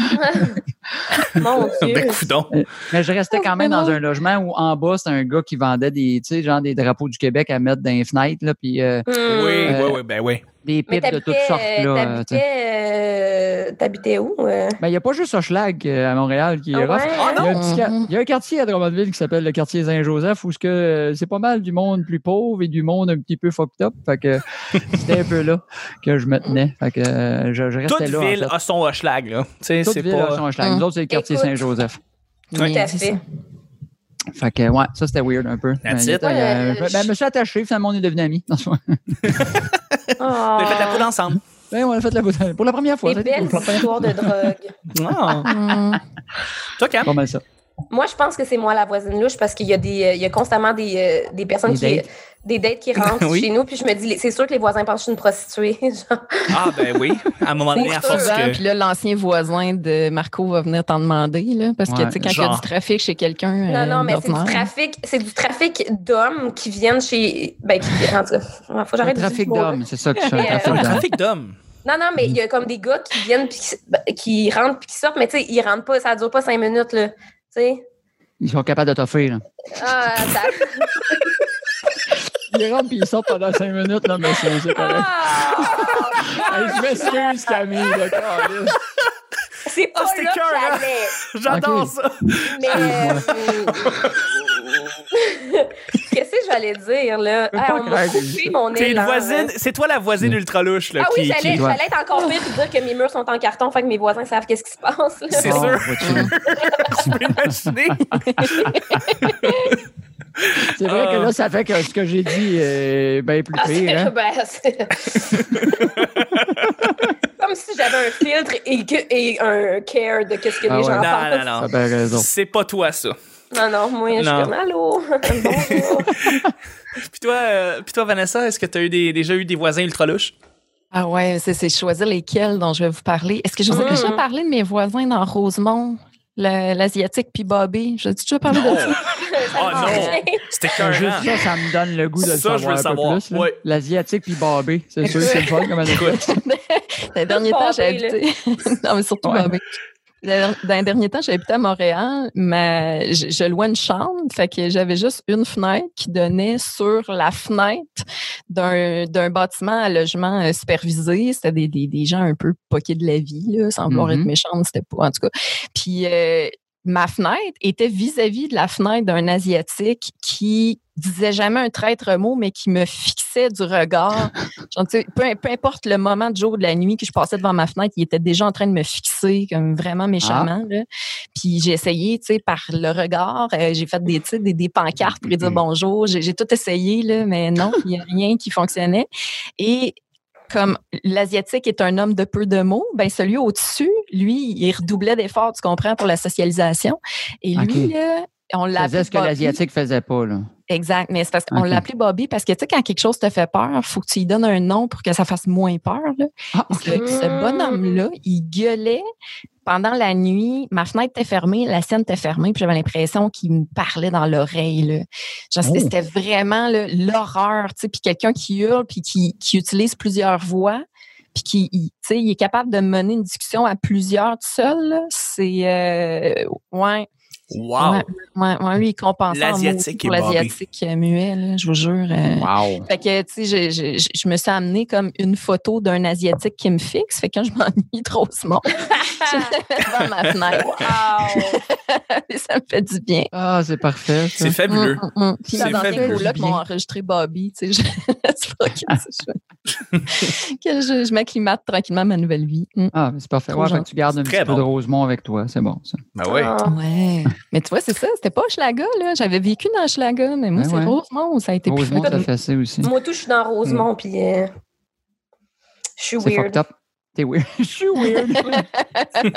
Speaker 2: Mon Dieu!
Speaker 1: Ben, coudonc.
Speaker 3: Mais je restais quand même dans un logement où en bas, c'était un gars qui vendait des, tu sais, genre des drapeaux du Québec à mettre dans les fenêtres, là, puis euh,
Speaker 2: Hmm.
Speaker 1: Oui,
Speaker 3: Euh,
Speaker 1: oui, oui, ben oui.
Speaker 3: des
Speaker 2: Mais
Speaker 3: pipes de toutes
Speaker 2: t'habitais,
Speaker 3: sortes.
Speaker 2: euh,
Speaker 3: là. tu sais.
Speaker 2: T'habitais euh, t'habitais où? euh?
Speaker 3: Ben, il n'y a pas juste Hochelag euh, à Montréal qui est
Speaker 2: Ah
Speaker 3: rough.
Speaker 2: ouais?
Speaker 1: Ah
Speaker 3: Il y, a
Speaker 1: non!
Speaker 3: un petit quar-
Speaker 4: Mhm.
Speaker 3: il y a un quartier à Drummondville qui s'appelle le quartier Saint-Joseph où ce que, euh, c'est pas mal du monde plus pauvre et du monde un petit peu fucked up. Fait que c'était un peu là que je me tenais. Fait que euh, je, je
Speaker 1: Toute
Speaker 3: restais là. en
Speaker 1: ville
Speaker 3: fait.
Speaker 1: a son Hochelag, là. Tu sais,
Speaker 3: Toute
Speaker 1: c'est
Speaker 3: ville
Speaker 1: pas...
Speaker 3: a son Hochelag. Nous autres, c'est le quartier
Speaker 2: Écoute.
Speaker 3: Saint-Joseph.
Speaker 1: Ouais.
Speaker 4: Oui,
Speaker 2: Tout à
Speaker 4: c'est
Speaker 2: fait.
Speaker 4: ça.
Speaker 3: Fait que, ouais, ça c'était weird un peu. Mais
Speaker 1: That's
Speaker 3: il
Speaker 1: it.
Speaker 3: était, euh,
Speaker 2: Ouais,
Speaker 3: ben,
Speaker 2: je-
Speaker 3: je me suis attaché, finalement, on est devenus amis. Non, c'est vrai.
Speaker 1: On a fait de la poudre
Speaker 2: Oh,
Speaker 1: ensemble.
Speaker 3: Ben, on a fait la bouteille. Pour la première fois.
Speaker 2: des
Speaker 3: ça a été
Speaker 2: belles
Speaker 3: cool. Pour la première-
Speaker 2: histoires de drogue.
Speaker 1: Ah.
Speaker 4: Mm.
Speaker 1: Toi, Cam?
Speaker 3: Pas mal ça.
Speaker 2: Moi, je pense que c'est moi la voisine louche parce qu'il y a des, euh, il y a constamment des, euh, des personnes
Speaker 3: Des
Speaker 2: qui,
Speaker 3: dates.
Speaker 2: des dates qui rentrent
Speaker 1: Oui.
Speaker 2: chez nous, puis je me dis, c'est sûr que les voisins pensent que je suis une prostituée. genre.
Speaker 1: Ah, ben oui. À un moment donné, à
Speaker 2: Pour
Speaker 1: force
Speaker 2: Parce
Speaker 4: Souvent,
Speaker 1: que.
Speaker 4: Puis là, l'ancien voisin de Marco va venir t'en demander, là, parce que
Speaker 3: Ouais,
Speaker 4: tu sais, quand il y a
Speaker 1: genre.
Speaker 4: du trafic chez quelqu'un. euh,
Speaker 2: non, non, mais c'est du
Speaker 4: trafic.
Speaker 2: trafic, c'est du trafic d'hommes qui viennent chez. Ben, qui... En tout cas, faut que
Speaker 3: Un
Speaker 2: j'arrête de dire ce
Speaker 3: trafic
Speaker 2: mot-là.
Speaker 3: d'hommes, c'est ça que c'est un
Speaker 2: Mais, euh,
Speaker 1: Un
Speaker 3: trafic d'hommes.
Speaker 1: trafic d'hommes.
Speaker 2: Non, non, mais il y a comme des gars qui viennent puis qui, ben, qui rentrent puis qui sortent, mais tu sais, ils rentrent pas, ça dure pas cinq minutes, là. Tu sais?
Speaker 3: Ils sont capables de t'offrir. là.
Speaker 2: Ah, ça-
Speaker 3: Ils rentrent puis ils sortent pendant cinq minutes, là, mais c'est c'est pareil.
Speaker 2: Ah!
Speaker 3: Hey, je m'excuse, Camille, d'accord.
Speaker 2: C'est pas
Speaker 1: Ah, c'est
Speaker 2: là que
Speaker 1: cœur, hein?
Speaker 2: j'allais.
Speaker 1: J'adore
Speaker 3: Ok.
Speaker 1: ça.
Speaker 2: Mais.
Speaker 3: Ah,
Speaker 2: euh, Qu'est-ce que j'allais dire, là?
Speaker 3: peux
Speaker 2: Ah,
Speaker 3: pas
Speaker 2: on m'a
Speaker 3: croire.
Speaker 2: coupé mon
Speaker 1: T'es une
Speaker 2: élan,
Speaker 1: voisine.
Speaker 2: là.
Speaker 1: C'est toi la voisine ultra louche, là.
Speaker 2: Ah oui,
Speaker 1: qui-
Speaker 2: j'allais
Speaker 1: qui-
Speaker 3: Ouais.
Speaker 2: j'allais être encore pire pour dire que mes murs sont en carton, fait que mes voisins savent qu'est-ce qui se passe. là.
Speaker 1: C'est
Speaker 3: Bon,
Speaker 1: sûr.
Speaker 3: Ah, vois-tu.
Speaker 1: Tu peux imaginer.
Speaker 3: C'est vrai que
Speaker 1: Ah.
Speaker 3: là, ça fait que ce que j'ai dit est bien plus
Speaker 2: Ah, c'est-
Speaker 3: pire. hein.
Speaker 2: ben, c'est- Comme si j'avais un filtre et, que- et un care de qu'est-ce que
Speaker 3: Ah
Speaker 2: les gens
Speaker 3: ouais.
Speaker 2: pensent.
Speaker 1: Non,
Speaker 3: T'as
Speaker 1: non,
Speaker 3: bien
Speaker 1: non.
Speaker 3: raison.
Speaker 1: C'est pas toi, ça.
Speaker 2: Non, non, moi, je suis
Speaker 1: Non.
Speaker 2: comme allô, bonjour.
Speaker 1: Puis toi, euh, puis toi Vanessa, est-ce que t'as eu des, déjà eu des voisins ultra louches?
Speaker 4: Ah ouais, c'est c'est choisir lesquels dont je vais vous parler. Est-ce que je vous ai
Speaker 2: Mm.
Speaker 4: déjà parlé de mes voisins dans Rosemont, le- l'Asiatique puis Bobby? J'ai déjà parlé de ça.
Speaker 1: Oh
Speaker 2: Ah,
Speaker 1: non!
Speaker 2: ok.
Speaker 1: C'était
Speaker 3: Juste
Speaker 1: carrément.
Speaker 3: ça, ça me donne le goût de le
Speaker 1: hein. Ça, je veux
Speaker 3: savoir un
Speaker 1: savoir,
Speaker 3: peu plus. là.
Speaker 1: ouais.
Speaker 3: L'asiatique puis Barbé, c'est sûr, c'est le fun comme anecdote.
Speaker 4: Dans les derniers temps, j'ai
Speaker 2: Bobby, là.
Speaker 4: habité. non, mais surtout
Speaker 3: Ouais.
Speaker 4: Bobby. Dans dans les derniers temps, j'ai habité à Montréal, mais je, je louais une chambre, fait que j'avais juste une fenêtre qui donnait sur la fenêtre d'un d'un bâtiment à logement euh, supervisé. C'était des, des, des gens un peu poqués de la vie, là, sans vouloir
Speaker 3: Mhm.
Speaker 4: être méchante, c'était pas, en tout cas. Puis euh, ma fenêtre était vis-à-vis de la fenêtre d'un Asiatique qui disait jamais un traître mot, mais qui me fixait du regard. Genre, tu sais, peu, peu importe le moment du jour ou de la nuit que je passais devant ma fenêtre, il était déjà en train de me fixer comme vraiment méchamment. là. Puis j'ai essayé, tu sais, par le regard, euh, j'ai fait des, tu sais, des, des pancartes pour lui dire
Speaker 3: Mhm.
Speaker 4: bonjour. J'ai j'ai tout essayé, là, mais non, il n'y a rien qui fonctionnait. Et comme l'Asiatique est un homme de peu de mots, ben celui au-dessus, lui, il redoublait d'efforts, tu comprends, pour la socialisation. Et lui,
Speaker 3: Ok.
Speaker 4: là, on
Speaker 3: Ça faisait
Speaker 4: l'appelait
Speaker 3: ce que l'asiatique faisait pas, là.
Speaker 4: Exact, mais c'est parce qu'on
Speaker 3: Ok.
Speaker 4: l'appelait Bobby parce que, tu sais, quand quelque chose te fait peur, faut que tu lui donnes un nom pour que ça fasse moins peur. Là.
Speaker 3: Ah,
Speaker 4: Parce que
Speaker 1: Mmh.
Speaker 4: ce bonhomme-là, il gueulait pendant la nuit. Ma fenêtre était fermée, la scène était fermée, puis j'avais l'impression qu'il me parlait dans l'oreille. là. Genre, c'était-
Speaker 3: Oh.
Speaker 4: c'était vraiment là, l'horreur, tu sais, puis quelqu'un qui hurle, puis qui, qui utilise plusieurs voix, puis qui, il- tu sais, il est capable de mener une discussion à plusieurs tout seul. là. C'est, euh, ouais,
Speaker 1: Wow!
Speaker 4: Ouais, ouais, ouais, lui, il compensait en maudit
Speaker 1: L'Asiatique
Speaker 4: pour
Speaker 1: est barbé.
Speaker 4: l'asiatique euh, muet, là, je vous jure. euh.
Speaker 3: Wow.
Speaker 4: Fait que, tu sais, j'ai- j'ai- j'ai- je me suis amenée comme une photo d'un Asiatique qui me fixe. Fait que quand je m'ennuie trop ce monde, je me mets devant ma fenêtre.
Speaker 2: Wow.
Speaker 4: Et ça me fait du bien.
Speaker 3: Ah, c'est parfait. ça.
Speaker 1: C'est fabuleux.
Speaker 4: Mm, mm, mm.
Speaker 1: C'est
Speaker 4: Puis les anciens
Speaker 1: fabuleux.
Speaker 4: colocs m'ont enregistré Bobby. Tu sais, je c'est pas que je, que je, je m'acclimate tranquillement à ma nouvelle vie. Mm.
Speaker 3: Ah, mais c'est parfait.
Speaker 4: Trop
Speaker 3: Ouais, fait que
Speaker 4: gentil.
Speaker 3: tu gardes un
Speaker 1: Très
Speaker 3: petit peu
Speaker 1: bon.
Speaker 3: de Rosemont avec toi. C'est bon, ça.
Speaker 1: Ben ouais.
Speaker 2: Ah.
Speaker 4: Ouais. Mais tu vois, c'est ça. C'était pas Hochelaga, là. J'avais vécu dans Hochelaga, mais moi,
Speaker 3: Ben
Speaker 4: c'est
Speaker 3: ouais.
Speaker 4: Rosemont où ça a été plus
Speaker 3: Rosemont,
Speaker 4: fort.
Speaker 3: ça fait ça aussi.
Speaker 2: Moi, tout, je suis dans Rosemont, puis euh, je suis
Speaker 3: Mm. C'est
Speaker 2: weird.
Speaker 3: fucked up. T'es weird. Je suis weird. Ouais,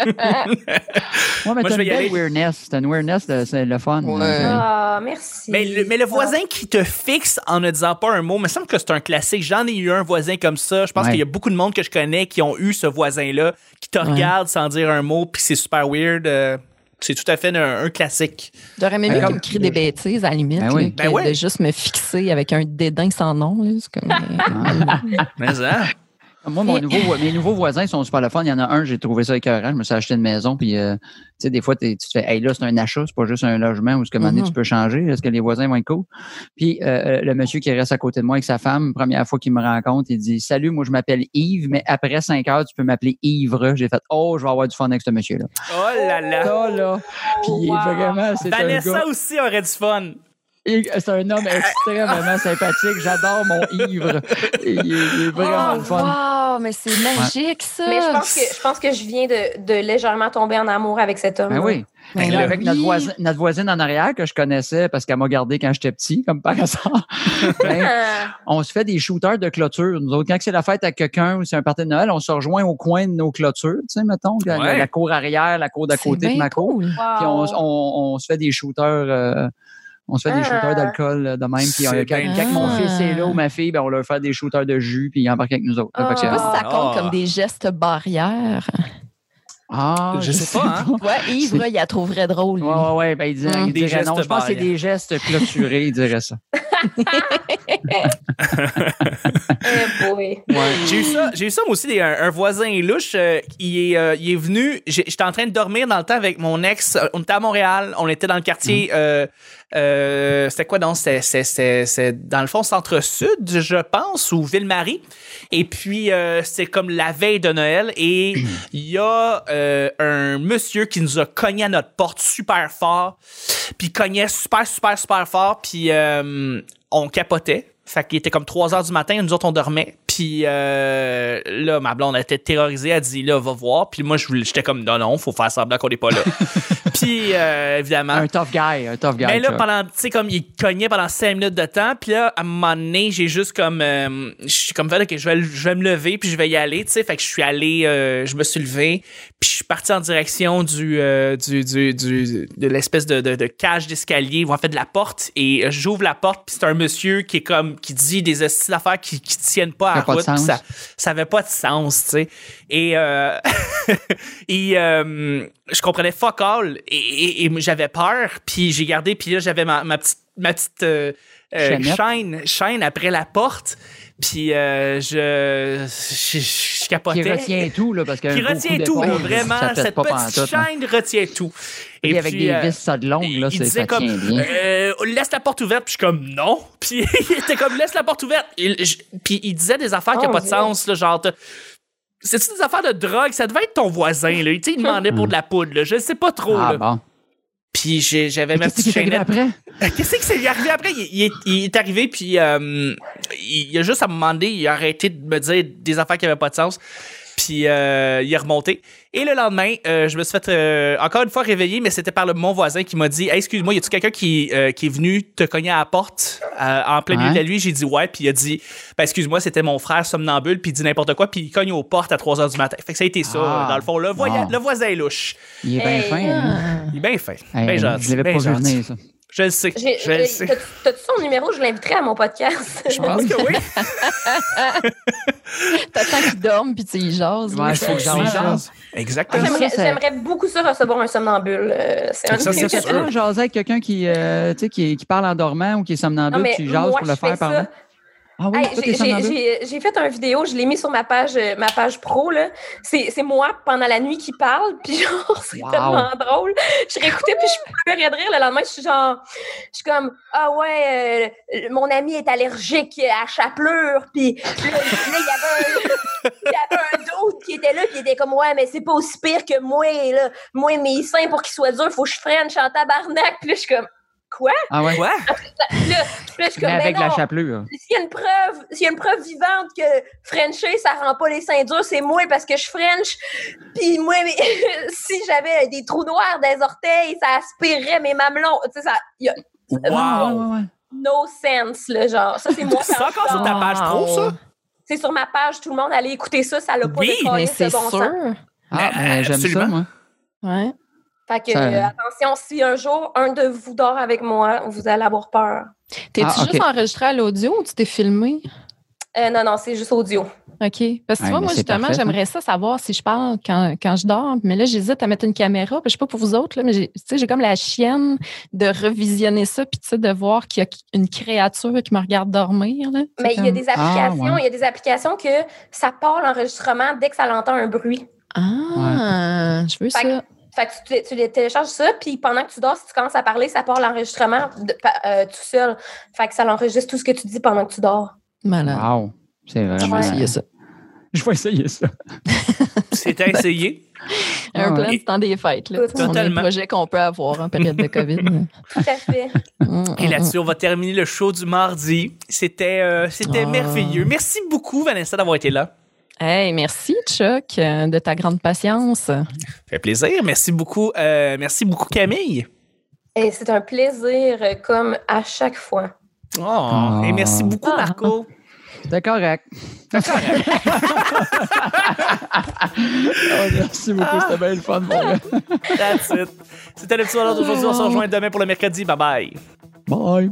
Speaker 3: mais
Speaker 1: Moi, je vais
Speaker 3: t'as une
Speaker 1: y
Speaker 3: belle
Speaker 1: aller.
Speaker 3: weirdness. T'as une weirdness, de- c'est le fun.
Speaker 4: Ouais.
Speaker 3: là.
Speaker 2: Ah, merci. Ah.
Speaker 1: Mais le, mais le voisin qui te fixe en ne disant pas un mot, me semble que c'est un classique. J'en ai eu un voisin comme ça. Je pense
Speaker 3: Ouais.
Speaker 1: qu'il y a beaucoup de monde que je connais qui ont eu ce voisin-là, qui te
Speaker 4: Ouais.
Speaker 1: regarde sans dire un mot, puis c'est super weird. euh, c'est tout à fait un, un classique.
Speaker 4: J'aurais aimé mieux
Speaker 3: Ben,
Speaker 4: qu'il me crie des bêtises, à la limite,
Speaker 3: Ben oui.
Speaker 4: là,
Speaker 1: Ben
Speaker 4: que
Speaker 1: oui.
Speaker 4: de juste me fixer avec un dédain sans nom. là. C'est comme,
Speaker 3: Ah.
Speaker 1: Mais hein?
Speaker 3: Moi, mon
Speaker 4: Mais-
Speaker 3: nouveau vo- mes nouveaux voisins sont super le fun. Il y en a un, j'ai trouvé ça écœurant. Je me suis acheté une maison. Puis, euh, tu sais, des fois, t'es- tu te fais, hey, là, c'est un achat, c'est pas juste un logement où ce que maintenant,
Speaker 4: Mhm.
Speaker 3: tu peux changer. Est-ce que les voisins vont être cool? Puis, euh, euh, le monsieur qui reste à côté de moi avec sa femme, première fois qu'il me rencontre, il dit, salut, moi, je m'appelle Yves, mais après 5 heures, tu peux m'appeler Ivre. J'ai fait, oh, je vais avoir du fun avec ce monsieur-là.
Speaker 1: Oh là là!
Speaker 3: Là, là. Puis, il est
Speaker 2: Wow.
Speaker 3: vraiment, c'est un gars.
Speaker 1: Vanessa aussi aurait du fun.
Speaker 3: Il- C'est un homme extrêmement sympathique. J'adore mon ivre. Il, il est vraiment le fun.
Speaker 4: Oh, wow, mais c'est magique, ça!
Speaker 2: Mais je pense que je pense que je viens de, de légèrement tomber en amour avec cet homme.
Speaker 3: Ben oui. Fait que là,
Speaker 1: oui.
Speaker 3: avec notre voisine, notre voisine en arrière que je connaissais parce qu'elle m'a gardé quand j'étais petit, comme par hasard, ben,
Speaker 2: Ah,
Speaker 3: on se fait des shooters de clôture. Nous autres, quand c'est la fête à quelqu'un ou c'est un party de Noël, on se rejoint au coin de nos clôtures, tu sais, mettons, la,
Speaker 1: Ouais.
Speaker 3: la cour arrière, la cour d'à
Speaker 4: C'est
Speaker 3: côté de
Speaker 4: bien
Speaker 3: ma cour.
Speaker 1: Ah.
Speaker 4: cool.
Speaker 2: wow.
Speaker 3: Puis on, on- on se fait des shooters. euh, On se fait des
Speaker 2: Ah.
Speaker 3: shooters d'alcool euh, de même. Puis
Speaker 1: C'est
Speaker 3: euh, quand,
Speaker 1: bien
Speaker 3: quand mon
Speaker 4: cool.
Speaker 3: fils est là ou ma fille, ben, on leur fait des shooters de jus puis ils embarquent avec nous autres. là. Fait que
Speaker 4: Je sais
Speaker 3: c'est-
Speaker 4: pas si ça compte
Speaker 1: Ah.
Speaker 4: comme des gestes barrières.
Speaker 3: Ah,
Speaker 1: Je sais pas, hein. Hum.
Speaker 4: Ouais, Yves, là, il la trouverait drôle. lui.
Speaker 3: Ouais, ouais, ouais. Ben, il dirait,
Speaker 4: Mm.
Speaker 3: il
Speaker 1: Des
Speaker 3: dirait
Speaker 1: gestes
Speaker 3: non. Je pense que c'est
Speaker 1: barrières.
Speaker 3: des gestes clôturés, il dirait ça.
Speaker 2: Eh boy.
Speaker 1: J'ai eu ça, j'ai eu ça moi aussi, des- un, un voisin louche. euh, il, est, euh, il est venu, j'ai- j'étais en train de dormir dans le temps avec mon ex. euh, On était à Montréal, on était dans le quartier. euh, euh, c'était quoi donc? C'est, c'est- c'est- c'est dans le fond centre-sud, je pense, ou Ville-Marie. Et puis, euh, c'est comme la veille de Noël et il y a euh, un monsieur qui nous a cogné à notre porte super fort. Puis il cognait super, super, super fort. Puis euh, on capotait. Fait qu'il était comme 3 heures du matin, nous autres, on dormait. Puis euh, là, ma blonde elle était terrorisée. Elle dit, là, va voir. Puis moi, je voulais- j'étais comme, non, non, faut faire semblant qu'on n'est pas là. Puis euh, évidemment,
Speaker 3: Un tough guy, un tough guy.
Speaker 1: mais Ben là,
Speaker 3: Chuck.
Speaker 1: pendant, tu sais, comme il cognait pendant cinq minutes de temps, puis là, à un moment donné, j'ai juste comme, euh, je suis comme fait, ok, je vais, je vais me lever, puis je vais y aller, tu sais, fait que je suis allé, euh, je me suis levé, puis je suis parti en direction du, euh, du, du, du- de l'espèce de, de, de cage d'escalier, ou en fait de la porte, et euh, j'ouvre la porte, puis c'est un monsieur qui est comme, qui dit des hosties d'affaires qui, qui tiennent pas à
Speaker 3: Ça a
Speaker 1: la
Speaker 3: pas de
Speaker 1: route, puis
Speaker 3: sens.
Speaker 1: ça, ça avait pas de sens, tu sais. Et, euh, et euh, je comprenais fuck all et, et- et j'avais peur. Puis j'ai gardé, puis là, j'avais ma, ma petite, ma petite euh, euh,
Speaker 3: Chaînette.
Speaker 1: chaîne, chaîne après la porte. Puis euh, je, je, je
Speaker 3: qui
Speaker 1: capotais.
Speaker 3: retient tout, là, parce que.
Speaker 1: Qui
Speaker 3: beaucoup
Speaker 1: retient
Speaker 3: d'efforts,
Speaker 1: tout, là,
Speaker 3: ça
Speaker 1: vraiment.
Speaker 3: pète
Speaker 1: Cette
Speaker 3: pas
Speaker 1: petite
Speaker 3: pantoute, hein.
Speaker 1: chaîne retient tout.
Speaker 3: Et, avec
Speaker 1: puis,
Speaker 3: des
Speaker 1: euh,
Speaker 3: vis ça de longue, là,
Speaker 1: il
Speaker 3: c'est-
Speaker 1: disait
Speaker 3: ça
Speaker 1: comme
Speaker 3: tient bien.
Speaker 1: euh, laisse la porte ouverte puis je suis comme non puis il était comme laisse la porte ouverte Il- je- puis il disait des affaires qui n'ont
Speaker 2: Oh,
Speaker 1: pas de
Speaker 2: Dieu.
Speaker 1: sens là, genre t'as- c'est-tu des affaires de drogue? Ça devait être ton voisin, là. Tu sais, il demandait pour de la poudre, là. Je sais pas trop,
Speaker 3: Ah
Speaker 1: là.
Speaker 3: bon.
Speaker 1: Puis j'ai- j'avais ma
Speaker 3: Qu'est-ce qui
Speaker 1: petite
Speaker 3: est arrivé
Speaker 1: chaînette.
Speaker 3: après?
Speaker 1: Euh, Qu'est-ce qui s'est arrivé après? Il, il est, il est arrivé, puis euh, il, il a juste à me demander, il a arrêté de me dire des affaires qui n'avaient pas de sens. Puis euh, il est remonté. Et le lendemain, euh, je me suis fait euh, encore une fois réveiller, mais c'était par le, mon voisin qui m'a dit Hey, Excuse-moi, y a-tu quelqu'un qui, euh, qui est venu te cogner à la porte euh, en plein milieu
Speaker 3: Ouais.
Speaker 1: de la nuit J'ai dit Ouais, puis il a dit ben, Excuse-moi, c'était mon frère somnambule, puis il dit n'importe quoi, puis il cogne aux portes à 3 h du matin. Fait que ça a été ça,
Speaker 3: Ah.
Speaker 1: dans le fond. Le, voya-
Speaker 3: Bon.
Speaker 1: le voisin est louche.
Speaker 3: Il est bien
Speaker 2: Hey,
Speaker 3: fin, hein?
Speaker 1: Il est bien fait.
Speaker 3: Hey,
Speaker 1: bien
Speaker 3: je
Speaker 1: Ben, gentil.
Speaker 3: l'avais
Speaker 1: bien
Speaker 3: pas vu
Speaker 1: gentil.
Speaker 3: venir, ça.
Speaker 1: Je le sais.
Speaker 2: J'ai- euh,
Speaker 1: Je le
Speaker 2: j'ai-
Speaker 1: sais.
Speaker 2: T'as-tu t'as-tu son numéro? Je l'inviterai à mon podcast.
Speaker 1: Je pense que oui.
Speaker 4: T'attends qu'il dorme, puis tu y jases.
Speaker 3: Ouais,
Speaker 4: là.
Speaker 3: il faut que j'en
Speaker 1: Oui,
Speaker 3: jase.
Speaker 2: Ah,
Speaker 1: Exactement.
Speaker 2: J'aimerais
Speaker 3: Ça, ça-
Speaker 2: j'aimerais beaucoup ça recevoir un somnambule. euh, C'est un
Speaker 1: Ça,
Speaker 2: truc
Speaker 1: c'est
Speaker 2: que-
Speaker 1: sûr.
Speaker 3: J'aimerais jaser avec quelqu'un qui, euh, tu sais, qui, qui parle en dormant ou qui est
Speaker 2: Non,
Speaker 3: somnambule,
Speaker 2: mais
Speaker 3: tu jases
Speaker 2: moi,
Speaker 3: pour le
Speaker 2: je fais
Speaker 3: faire
Speaker 2: ça.
Speaker 3: parler. Ah oui,
Speaker 2: Hey,
Speaker 3: toi, t'es
Speaker 2: j'ai- j'ai-
Speaker 3: somnambule?
Speaker 2: j'ai j'ai fait un vidéo, je l'ai mis sur ma page, euh, ma page pro. là. C'est c'est moi pendant la nuit qui parle, puis genre, c'est
Speaker 3: Wow.
Speaker 2: tellement drôle. Je réécoutais, puis je pleurais de rire. Le lendemain, je suis genre, je suis comme, ah ouais, euh, mon ami est allergique à chapelure, puis là, là, il y avait un. Il y avait un d'autre qui était là, puis il était comme, ouais, mais c'est pas aussi pire que moi, là. Moi, mes seins, pour qu'ils soient durs, faut que je freine, je suis en tabarnak. Puis là, je suis comme,
Speaker 3: Ah ouais.
Speaker 1: Quoi?
Speaker 2: puis là, je suis
Speaker 3: Mais
Speaker 2: comme,
Speaker 3: avec
Speaker 2: ben
Speaker 3: la
Speaker 2: non.
Speaker 3: chapelure.
Speaker 2: S'il y a une preuve, s'il y a une preuve vivante que Frencher, ça rend pas les seins durs, c'est moi parce que je French. Puis moi, mais, si j'avais des trous noirs des orteils, ça aspirerait mes mamelons. Tu sais, ça, y a
Speaker 3: Ah, ouais,
Speaker 1: Wow!
Speaker 3: ouais, ouais.
Speaker 2: no sense, là, genre. Ça, c'est moi.
Speaker 1: C'est
Speaker 2: quand-
Speaker 1: encore sur ta page pro, ça?
Speaker 2: C'est sur ma page, tout le monde, allez écouter ça, ça l'a pas
Speaker 1: Oui,
Speaker 4: Mais
Speaker 2: décollé, ce
Speaker 4: c'est
Speaker 2: bon
Speaker 4: sûr.
Speaker 2: sens.
Speaker 3: Ah,
Speaker 1: Mais,
Speaker 3: ben, j'aime ça,
Speaker 1: absolument.
Speaker 3: moi.
Speaker 4: Ouais.
Speaker 2: Fait que,
Speaker 3: Ça-
Speaker 2: euh, attention, si un jour, un de vous dort avec moi, vous allez avoir peur.
Speaker 4: T'es-tu
Speaker 3: Ah, ok.
Speaker 4: juste enregistré à l'audio ou tu t'es filmé?
Speaker 2: Euh, non, non, c'est juste audio.
Speaker 4: OK. Parce que
Speaker 3: Ouais,
Speaker 4: tu vois,
Speaker 3: mais
Speaker 4: moi,
Speaker 3: c'est
Speaker 4: justement,
Speaker 3: parfait, ça.
Speaker 4: j'aimerais ça savoir si je parle quand, quand je dors. Mais là, j'hésite à mettre une caméra. Puis Je sais pas pour vous autres, là, mais j'ai- tu sais, j'ai comme la chienne de revisionner ça puis tu sais, de voir qu'il y a une créature qui me regarde dormir. là. C'est
Speaker 2: Mais il y a
Speaker 4: comme-
Speaker 2: des applications,
Speaker 3: ouais.
Speaker 2: il y a des applications que ça part l'enregistrement dès que ça l'entend un bruit.
Speaker 4: Ah, je veux
Speaker 2: Fait que-
Speaker 4: ça.
Speaker 2: Fait que tu, t- tu les télécharges ça, puis pendant que tu dors, si tu commences à parler, ça part l'enregistrement de- pa- euh, tout seul. Fait que ça l'enregistre tout ce que tu dis pendant que tu dors.
Speaker 4: Malade.
Speaker 3: Wow. C'est
Speaker 4: Je
Speaker 3: vraiment.
Speaker 4: vais essayer ça.
Speaker 3: Je vais essayer ça.
Speaker 1: C'est à essayer.
Speaker 3: Ouais.
Speaker 4: Un plan du temps des fêtes. Là.
Speaker 2: Écoute,
Speaker 4: On a des
Speaker 1: Totalement.
Speaker 4: projets qu'on peut avoir en période de COVID.
Speaker 2: Tout à fait.
Speaker 4: Mm,
Speaker 1: Et
Speaker 4: mm,
Speaker 1: là-dessus, on va terminer le show du mardi. C'était euh, c'était
Speaker 4: Ah.
Speaker 1: merveilleux. Merci beaucoup, Vanessa, d'avoir été là.
Speaker 4: mm. Hey, merci, Chuck, euh, de ta grande patience.
Speaker 1: Fait plaisir. Merci beaucoup. euh, merci beaucoup, Camille.
Speaker 2: Et c'est un plaisir, euh, comme à chaque fois.
Speaker 1: Oh, Et merci beaucoup,
Speaker 4: Ah.
Speaker 1: Marco.
Speaker 3: C'était correct. Oh, merci beaucoup. C'était bien le fun. mon gars.
Speaker 1: That's it. C'était le petit bonheur d'aujourd'hui. On se rejoint demain pour le mercredi. Bye bye.
Speaker 3: Bye!